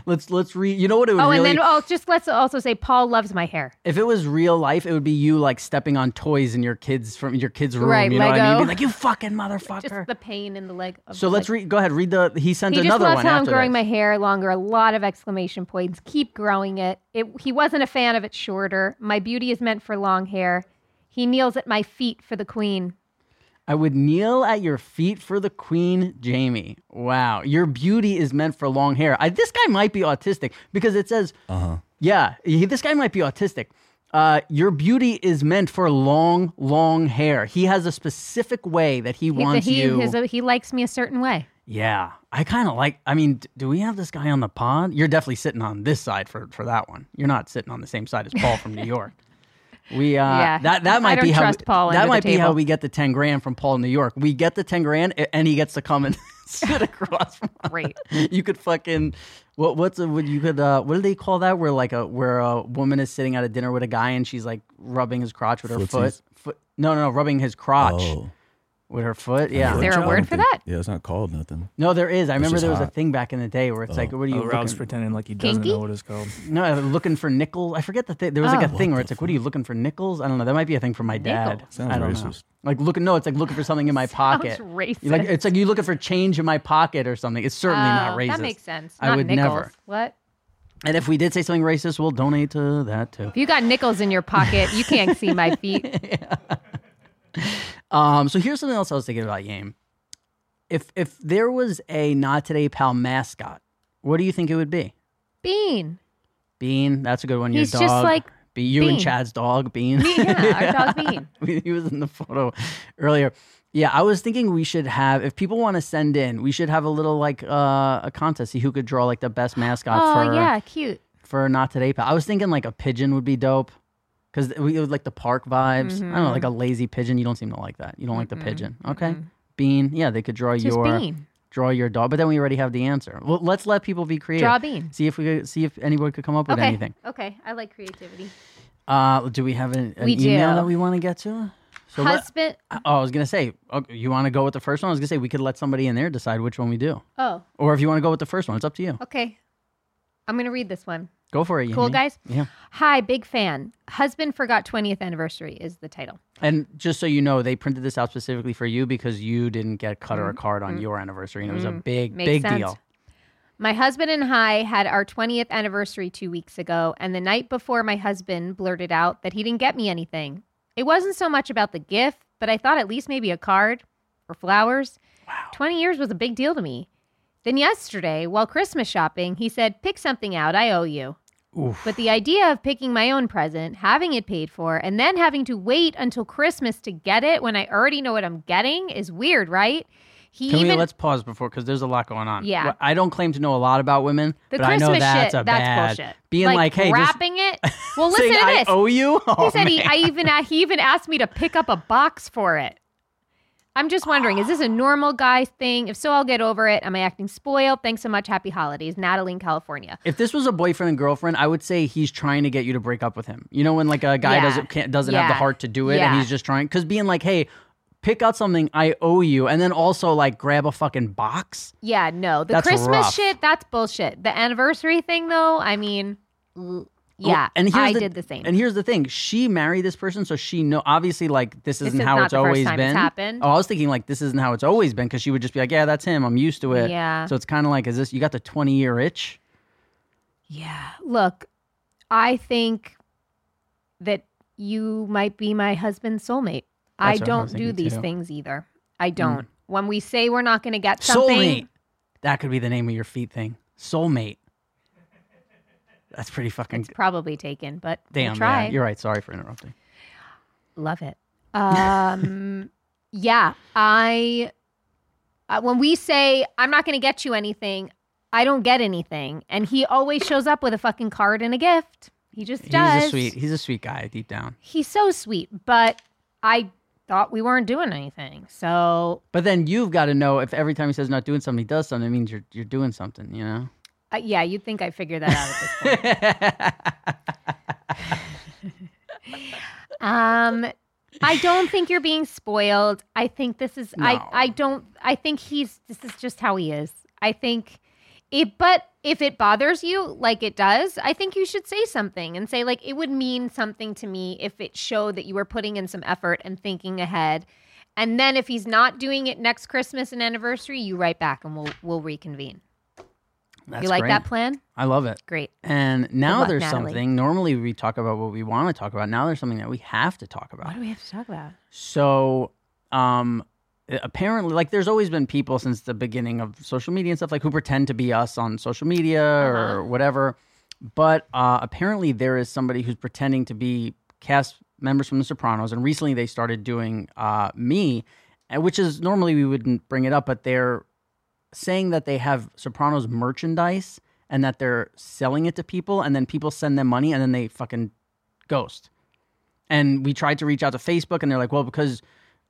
S3: Let's let's re. You know what it would
S2: Oh,
S3: really.
S2: and then oh, just let's also say Paul loves my hair.
S3: if it was real life, it would be you like stepping on toys in your kids from your kids' room.
S2: Right,
S3: you know what I mean?
S2: Lego.
S3: Be like you fucking
S2: Just
S3: motherfucker.
S2: the pain in the leg. Of
S3: so
S2: the
S3: let's
S2: leg.
S3: read. Go ahead, read the. He sent
S2: He just
S3: another
S2: loves
S3: one
S2: how I'm
S3: after
S2: growing my
S3: this.
S2: hair longer. A lot of exclamation points. Keep growing it. it. He wasn't a fan of it shorter. My beauty is meant for long hair. He kneels at my feet for the queen.
S3: I would kneel at your feet for the queen, Jamie. Wow, your beauty is meant for long hair. I, this guy might be autistic because it says, uh-huh. yeah, he, this guy might be autistic. Uh, your beauty is meant for long, long hair. He has a specific way that he,
S2: He,
S3: wants
S2: he,
S3: you.
S2: his- he likes me a certain way.
S3: yeah, I kind of like. I mean, d- do we have this guy on the pod? You're definitely sitting on this side for for that one. You're not sitting on the same side as Paul from New York. We uh,
S2: Yeah,
S3: that that
S2: I
S3: might
S2: don't
S3: be how
S2: trust Paul under
S3: that
S2: the
S3: might be how
S2: table.
S3: we get the ten grand from Paul in New York. We get the ten grand, a- and he gets to come and sit across from. us.
S2: Great.
S3: You could fucking what what's a, what you could uh, what do they call that? Where like a where a woman is sitting at a dinner with a guy and she's like rubbing his crotch with her foot.
S5: Footsies?
S3: foot. No, no, no, rubbing his crotch
S5: Oh,
S3: with her foot. Yeah.
S2: Is there a
S5: I
S2: word
S5: don't
S2: for
S5: think-
S2: that?
S5: Yeah, it's not called nothing.
S3: No, there is. I remember
S5: just
S3: there was a
S5: hot.
S3: thing back in the day where it's like, what are you
S1: Oh, Rob's
S3: looking?
S1: pretending like he doesn't
S2: Kinky?
S1: know what it's called.
S3: No, looking for nickels. I forget the thing. There was like a
S2: Oh.
S3: thing where it's like, what are you looking for nickels? I don't know. That might be a thing for my dad.
S2: Nickels.
S5: Sounds
S3: I don't know.
S5: racist.
S3: Like looking. No, it's like looking for something in my pocket.
S2: racist.
S3: You Like it's like you looking for change in my pocket or something. It's certainly not
S2: Oh,
S3: racist.
S2: That makes sense.
S3: I
S2: Not
S3: would
S2: nickels.
S3: never.
S2: What?
S3: And if we did say something racist, we'll donate to that too.
S2: If you got nickels in your pocket, you can't see my feet.
S3: Um, so here's something else I was thinking about, Yame. If if there was a not today pal mascot, what do you think it would be?
S2: Bean.
S3: Bean. That's a good one.
S2: He's
S3: Your
S2: just
S3: dog.
S2: like
S3: be you and
S2: Bean.
S3: Chad's dog, Bean.
S2: Bean, Yeah, our dog Bean.
S3: he was in the photo earlier. Yeah, I was thinking we should have if people want to send in, we should have a little like uh, a contest, see who could draw like the best mascot
S2: Oh,
S3: for
S2: yeah, cute.
S3: for not today. Pal. I was thinking like a pigeon would be dope because we would like the park vibes. I don't know,
S2: Mm-hmm.
S3: like a lazy pigeon. You don't seem to like that. You don't like the pigeon. Okay, bean. Yeah, they could draw
S2: Just
S3: your
S2: Bean.
S3: draw your dog, but then we already have the answer. Well, let's let people be creative.
S2: Draw Bean.
S3: See if we could, see if anyone could come up with
S2: okay.
S3: anything.
S2: Okay. I like creativity.
S3: Uh, do we have an, an
S2: We
S3: email
S2: do.
S3: that we want to get to? So let-
S2: Husband.
S3: Oh, I was gonna say, oh, you want to go with the first one? I was gonna say we could let somebody in there decide which one we do,
S2: Oh,
S3: or if you want to go with the first one, it's up to you.
S2: okay. I'm going to read this one.
S3: Go for it.
S2: Cool,
S3: Yemi.
S2: guys?
S3: Yeah.
S2: Hi, big fan. Husband forgot 20th anniversary is the title.
S3: And just so you know, they printed this out specifically for you because you didn't get cut or a card on your anniversary, and it was a big,
S2: Mm-hmm. Makes
S3: big
S2: sense.
S3: deal.
S2: My husband and I had our 20th anniversary two weeks ago, and the night before, my husband blurted out that he didn't get me anything. It wasn't so much about the gift, but I thought at least maybe a card or flowers. Wow. 20 years was a big deal to me. Then yesterday, while Christmas shopping, he said, Pick something out, I owe you. But the idea of picking my own present, having it paid for, and then having to wait until Christmas to get it when I already know what I'm getting is weird, right? He
S3: Can we let's pause before because there's a lot going on.
S2: Yeah.
S3: Well, I don't claim to know a lot about women,
S2: The
S3: but
S2: Christmas
S3: I know that's
S2: shit,
S3: a bad
S2: that's bullshit.
S3: being like, hey, just
S2: wrapping it. Well, listen
S3: saying
S2: to
S3: I
S2: this.
S3: owe you.
S2: he
S3: Oh,
S2: said he,
S3: man.
S2: I even he even asked me to pick up a box for it. I'm just wondering, is this a normal guy thing? If so, I'll get over it. Am I acting spoiled? Thanks so much. Happy holidays, Natalie in California.
S3: If this was a boyfriend and girlfriend, I would say he's trying to get you to break up with him. You know, when like a guy
S2: Yeah.
S3: doesn't can't, doesn't have the
S2: Yeah.
S3: heart to do it,
S2: Yeah.
S3: and he's just trying because being like, "Hey, pick out something I owe you," and then also like grab a fucking box.
S2: Yeah, no, the
S3: That's
S2: Christmas
S3: rough.
S2: shit, that's bullshit. The anniversary thing, though, I mean, l- yeah,
S3: and here's
S2: I did the same.
S3: And here's the thing: she married this person, so she know. Obviously, like this isn't
S2: is
S3: how
S2: not
S3: it's
S2: the first
S3: always
S2: time it's
S3: been.
S2: happened.
S3: Oh, I was thinking like this isn't how it's always been because she would just be like, "Yeah, that's him. I'm used to it."
S2: Yeah.
S3: So it's kind of like, is this you got the twenty year itch?
S2: yeah, look, I think that you might be my husband's soulmate. I
S3: That's what I was
S2: don't do
S3: thinking,
S2: these
S3: too. Mm.
S2: things either. I don't. When we say we're not going to get something,
S3: Soulmate. That could be the name of your feet thing. Soulmate. That's pretty fucking.
S2: it's probably taken, but we'll
S3: Damn,
S2: try.
S3: yeah, you're right. Sorry for interrupting.
S2: Love it. Um, yeah, I. Uh, when we say I'm not going to get you anything, I don't get anything, and he always shows up with a fucking card and a gift. He just does.
S3: He's a sweet. He's a sweet guy deep down.
S2: He's so sweet, but I thought we weren't doing anything. So
S3: But then you've got to know if every time he says not doing something, he does something. It means you're you're doing something. You know.
S2: uh, yeah, you'd think I figured that out. At this point. Um, I don't think you're being spoiled. I think this is I
S3: No.
S2: I don't I think he's this is just how he is. I think it but if it bothers you like it does, I think you should say something and say like it would mean something to me if it showed that you were putting in some effort and thinking ahead. And then if he's not doing it next Christmas and anniversary, you write back and we'll we'll reconvene.
S3: That's
S2: you like
S3: great.
S2: that plan?
S3: I love it.
S2: Great.
S3: And now
S2: luck,
S3: there's
S2: Natalie.
S3: something. Normally we talk about what we want to talk about. Now there's something that we have to talk about.
S2: What do we have to talk about?
S3: So, um, apparently, like there's always been people since the beginning of social media and stuff, like who pretend to be us on social media or whatever. But uh, apparently, there is somebody who's pretending to be cast members from The Sopranos, and recently they started doing uh, me, and- which is normally we wouldn't bring it up, but they're saying that they have Sopranos merchandise and that they're selling it to people, and then people send them money, and then they fucking ghost. And we tried to reach out to Facebook, and they're like, "Well, because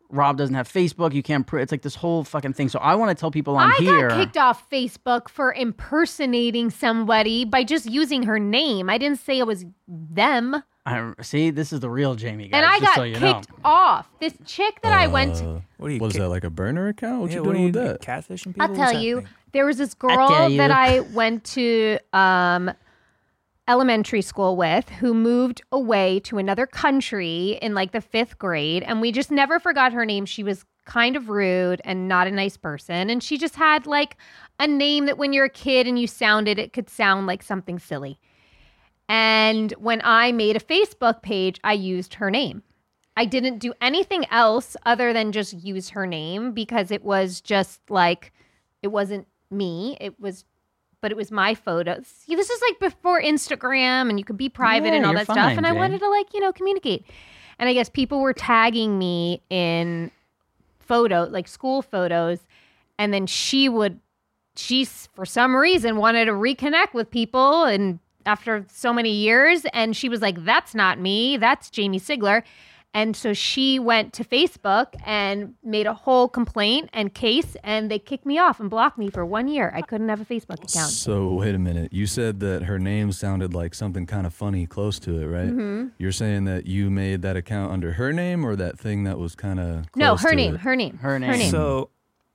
S3: Rob doesn't have Facebook, you can't." Pr-. It's like this whole fucking thing. So I want to tell people on
S2: I
S3: here.
S2: got kicked off Facebook for impersonating somebody by just using her name. I didn't say it was them.
S3: I, see, this is the real Jamie, guys.
S2: and I
S3: just
S2: got
S3: so you know.
S2: kicked off. This chick that I went to,
S5: Uh,
S1: What are you
S5: what is
S1: ki-
S5: that like a burner account? What
S1: Yeah,
S5: you
S1: what
S5: doing
S1: are
S5: with that?
S1: Catfishing people?
S2: I'll
S1: What's
S2: tell you,
S1: happening?
S2: there was this
S3: tell
S2: girl that
S3: you.
S2: I went to um, elementary school with who moved away to another country in like the fifth grade. And we just never forgot her name. She was kind of rude and not a nice person. And she just had like a name that when you're a kid and you sound it, it could sound like something silly. And when I made a Facebook page, I used her name. I didn't do anything else other than just use her name because it was just like, it wasn't me. It was, but it was my photos. See, this is like before Instagram and you could be private
S3: Yeah,
S2: and all
S3: you're
S2: that stuff.
S3: fine,
S2: And I
S3: Jay.
S2: wanted to like, you know, communicate. And I guess people were tagging me in photo, like school photos. And then she would she s- for some reason wanted to reconnect with people and after so many years and she was like that's not me that's jamie sigler and so she went to facebook and made a whole complaint and case and they kicked me off and blocked me for one year i couldn't have a facebook account
S5: So wait a minute. You said that her name sounded like something kind of funny close to it, right?
S2: Mm-hmm.
S5: You're saying that you made that account under her name or that thing that was kind of
S2: no her name, her name
S3: Her name.
S1: So,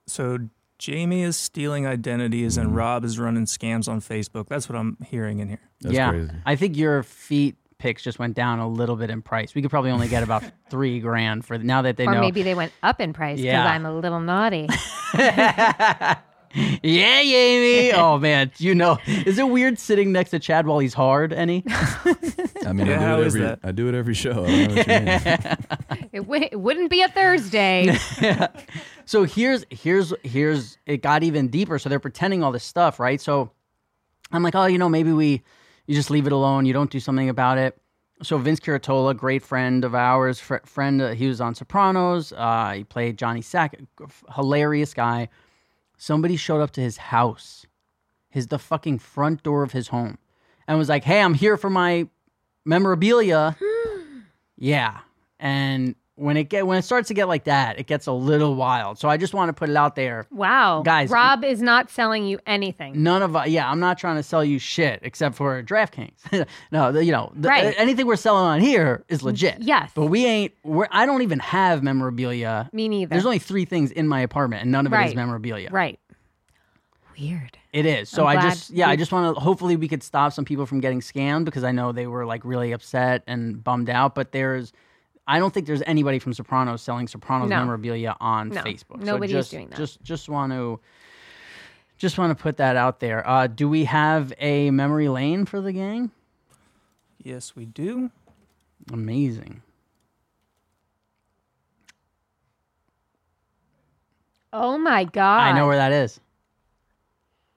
S1: so Jamie is stealing identities
S5: Mm-hmm.
S1: and Rob is running scams on Facebook. That's what I'm hearing in here.
S5: That's
S3: yeah,
S5: crazy.
S3: I think your feet picks just went down a little bit in price. We could probably only get about three grand for now that they
S2: or
S3: know.
S2: maybe they went up in price because
S3: Yeah.
S2: i'm a little naughty
S3: Yeah, Jamie. Oh man, you know, is it weird sitting next to Chad while he's hard? Any?
S5: I mean,
S1: Yeah,
S5: I
S1: how
S5: do it
S1: is
S5: every
S1: that?
S5: I do it every show. I don't know what you mean.
S2: it, w- it wouldn't be a thursday
S3: So here's here's here's it got even deeper. So they're pretending all this stuff, right? So I'm like, oh, you know, maybe we you just leave it alone. You don't do something about it. So Vince Curatola, great friend of ours, fr- friend, uh, he was on Sopranos. Uh, he played Johnny Sack, hilarious guy. Somebody showed up to his house, his the fucking front door of his home, and was like, hey, I'm here for my memorabilia. yeah, and when it get when it starts to get like that, it gets a little wild. So I just want to put it out there.
S2: Wow.
S3: Guys-
S2: Rob is not selling you anything.
S3: None of yeah, I'm not trying to sell you shit except for DraftKings. no, the, you know, the,
S2: Right.
S3: anything we're selling on here is legit.
S2: yes.
S3: but we ain't. We're, I don't even have memorabilia.
S2: Me neither.
S3: There's only three things in my apartment, and none of it is
S2: Right.
S3: memorabilia.
S2: Right. Weird.
S3: It is. So
S2: I'm
S3: I
S2: glad
S3: just yeah, I
S2: you-
S3: just want to hopefully we could stop some people from getting scammed because I know they were like really upset and bummed out, but there's I don't think there's anybody from Sopranos selling Sopranos
S2: No.
S3: memorabilia on
S2: No.
S3: Facebook.
S2: Nobody's
S3: just,
S2: doing that.
S3: Just just want to just want to put that out there. Uh, do we have a memory lane for the gang?
S1: Yes, we do.
S3: Amazing.
S2: Oh my god.
S3: I know where that is.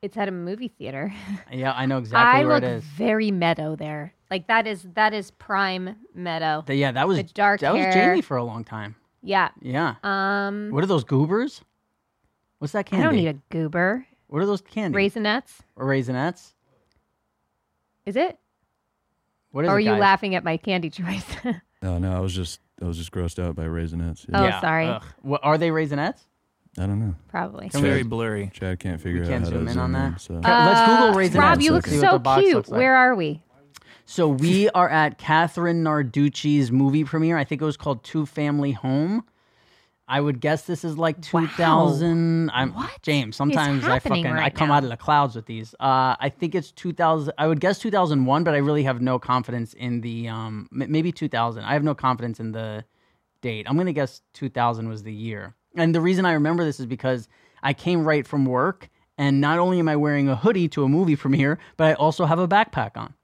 S2: it's at a movie theater.
S3: Yeah, I know exactly
S2: I
S3: where
S2: look
S3: it is.
S2: very meadow there. Like that is that is prime meadow.
S3: The- yeah, that was
S2: the dark
S3: that was
S2: hair.
S3: Jamie for a long time.
S2: yeah.
S3: Yeah.
S2: Um
S3: What are those goobers? What's that
S2: I
S3: candy?
S2: don't need a goober.
S3: what are those candy?
S2: Raisinets?
S3: or raisinets?
S2: Is it?
S3: What is
S2: Or
S3: it,
S2: are you
S3: guys?
S2: laughing at my candy choice?
S5: No, no, I was just I was just grossed out by raisinets. Yeah.
S2: Oh, sorry.
S3: Ugh. What, are they raisinets?
S5: I don't know.
S2: Probably.
S1: It's very blurry.
S5: Chad can't figure
S3: can't
S5: out how
S3: zoom
S5: to
S3: in on that.
S5: So
S3: Uh, let's Google
S2: Uh,
S3: Raisinets.
S2: Rob, you
S5: Let's
S2: look
S5: see what
S2: so
S3: the box
S2: cute.
S3: looks like.
S2: Where are we?
S3: So we are at Catherine Narducci's movie premiere. I think it was called Two Family Home. I would guess this is like 2000. I'm
S2: What
S3: James.
S2: is
S3: Sometimes I
S2: happening
S3: fucking I
S2: right
S3: come
S2: now?
S3: out of the clouds with these. Uh, I think it's 2000. I would guess 2001, but I really have no confidence in the um m- maybe 2000. I have no confidence in the date. I'm gonna guess 2000 was the year. And the reason I remember this is because I came right from work, and not only am I wearing a hoodie to a movie premiere, but I also have a backpack on.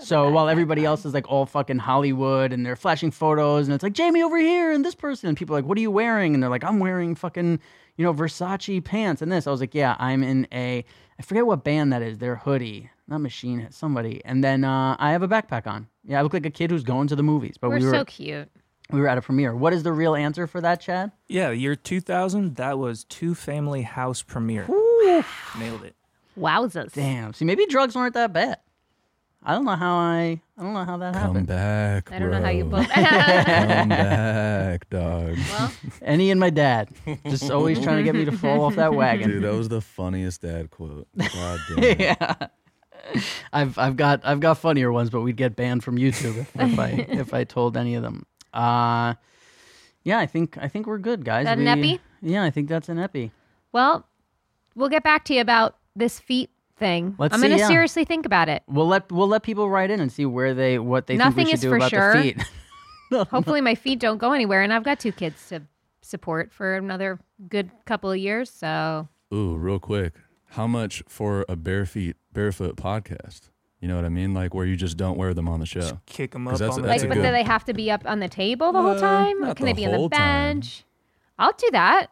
S3: So while everybody else is like all fucking Hollywood and they're flashing photos and it's like Jamie over here and this person and people are like, what are you wearing? And they're like, I'm wearing fucking, you know, Versace pants and this. I was like, yeah, I'm in a, I forget what band that is. Their hoodie, not Machine Head, somebody. And then uh, I have a backpack on. Yeah, I look like a kid who's going to the movies. But
S2: We're
S3: we were
S2: so cute.
S3: we were at a premiere. What is the real answer for that, Chad?
S1: Yeah, year 2000, that was two family house premiere. Nailed it.
S2: Wowzers.
S3: Damn. See, maybe drugs weren't that bad. I don't know how I. I don't know how that
S5: Come
S3: happened.
S5: back,
S2: I don't know how you
S5: bro.
S2: both.
S5: Come back, dog.
S3: Any and my dad, just always trying to get me to fall off that wagon.
S5: Dude, that was the funniest dad quote. God damn it.
S3: I've I've got I've got funnier ones, but we'd get banned from YouTube if, if I if I told any of them. Uh, yeah, I think I think we're good, guys.
S2: That an
S3: We-
S2: epi?
S3: Yeah, I think that's an epi.
S2: well, we'll get back to you about this feet thing.
S3: Let's
S2: I'm
S3: see,
S2: gonna
S3: yeah.
S2: seriously think about it.
S3: We'll let we'll let people write in and see where they what they
S2: Nothing
S3: think we should
S2: is
S3: do
S2: for
S3: about
S2: sure.
S3: the feet.
S2: Hopefully, my feet don't go anywhere, and I've got two kids to support for another good couple of years. So
S5: Ooh, real quick. How much for a bare feet, barefoot podcast? You know what I mean? Like where you just don't wear them on the show.
S1: Kick them
S5: 'Cause
S1: up
S5: that's-
S1: on the
S2: like,
S5: that's a
S1: table.
S2: but
S5: good-
S2: do they have to be up on the table the whole
S5: Uh,
S2: time?
S5: not
S2: Can they
S5: the
S2: be on the
S5: whole time.
S2: bench? I'll do that.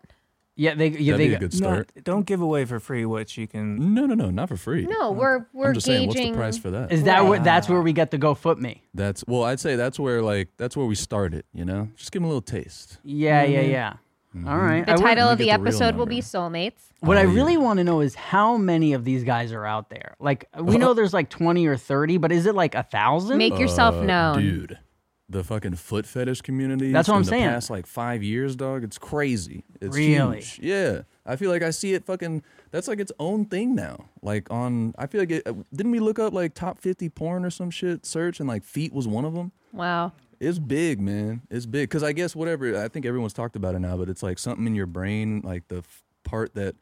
S3: yeah, they yeah
S5: That'd
S3: they
S5: be a good
S1: No,
S5: start.
S1: don't give away for free what you can.
S5: No, no, no, not for free.
S2: No, we're we're
S5: I'm just saying,
S2: gauging.
S5: what's the price for that?
S3: is that where that's where we get the go foot me.
S5: That's well, I'd say that's where like that's where we started. You know, just give them a little taste.
S3: Yeah, yeah, yeah. All right.
S2: Mm-hmm. the
S3: I would-
S2: title
S5: Let me
S2: of the
S5: get the real
S2: episode will be
S5: number.
S2: soulmates.
S3: What
S5: Oh,
S3: I
S5: yeah.
S3: really want to know is how many of these guys are out there. Like we know there's like twenty or thirty, but is it like a thousand?
S2: Make yourself
S5: Uh,
S2: known.
S5: dude. The fucking foot fetish community.
S3: That's what I'm
S5: in
S3: saying.
S5: The past like five years, dog. It's crazy. It's
S3: Really?
S5: huge. Yeah. I feel like I see it fucking. That's like its own thing now. Like on, I feel like it. uh, Didn't we look up like top fifty porn or some shit search and like feet was one of them.
S2: Wow.
S5: It's big, man. It's big because I guess whatever. I think everyone's talked about it now, but it's like something in your brain, like the f- part that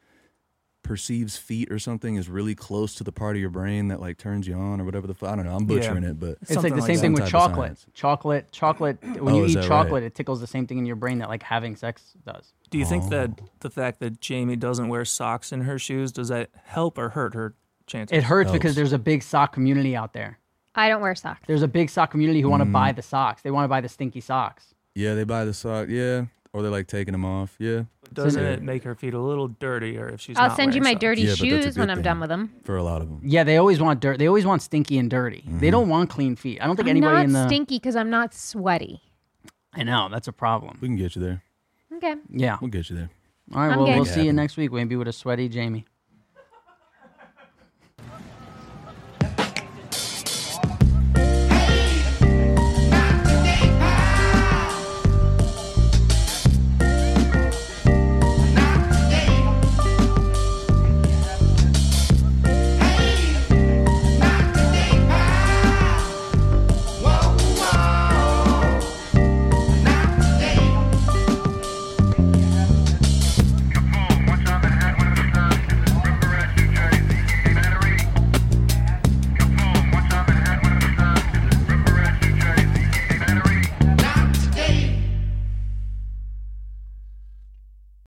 S5: perceives feet or something, is really close to the part of your brain that like turns you on or whatever the. F- I don't know. I'm
S1: Yeah.
S5: butchering it, but
S3: It's like the
S1: Something like
S3: same
S1: that.
S3: thing
S5: Some
S3: with
S5: type of
S3: chocolate.
S5: science.
S3: Chocolate, chocolate. When
S5: Oh,
S3: you
S5: is
S3: eat
S5: that
S3: chocolate,
S5: right?
S3: it tickles the same thing in your brain that like having sex does.
S1: Do you think that
S5: Oh.
S1: the fact that Jamie doesn't wear socks in her shoes does that help or hurt her chances?
S3: It hurts because
S5: Helps.
S3: there's a big sock community out there.
S2: I don't wear socks.
S3: There's a big sock community who want to
S5: Mm.
S3: buy the socks. They want to buy the stinky socks.
S5: yeah, they buy the sock. Yeah, or they're like taking them off. Yeah,
S1: Doesn't it make her feet a little dirtier if she's?
S2: I'll
S1: not
S2: send you my
S1: wearing socks?
S2: dirty
S5: Yeah, but that's a
S2: shoes when
S5: good
S2: I'm
S5: thing.
S2: done with them.
S5: for a lot of them.
S3: Yeah, they always want dirt. They always want stinky and dirty. They
S5: Mm-hmm.
S3: don't want clean feet. I don't think
S2: I'm
S3: anybody
S2: not
S3: in the.
S2: stinky because I'm not sweaty.
S3: I know that's a problem.
S5: We can get you there.
S2: Okay.
S3: Yeah.
S5: We'll get you there.
S3: All right.
S2: I'm
S3: well,
S2: good.
S3: we'll see you
S5: Happy.
S3: next week. Maybe with a sweaty Jamie.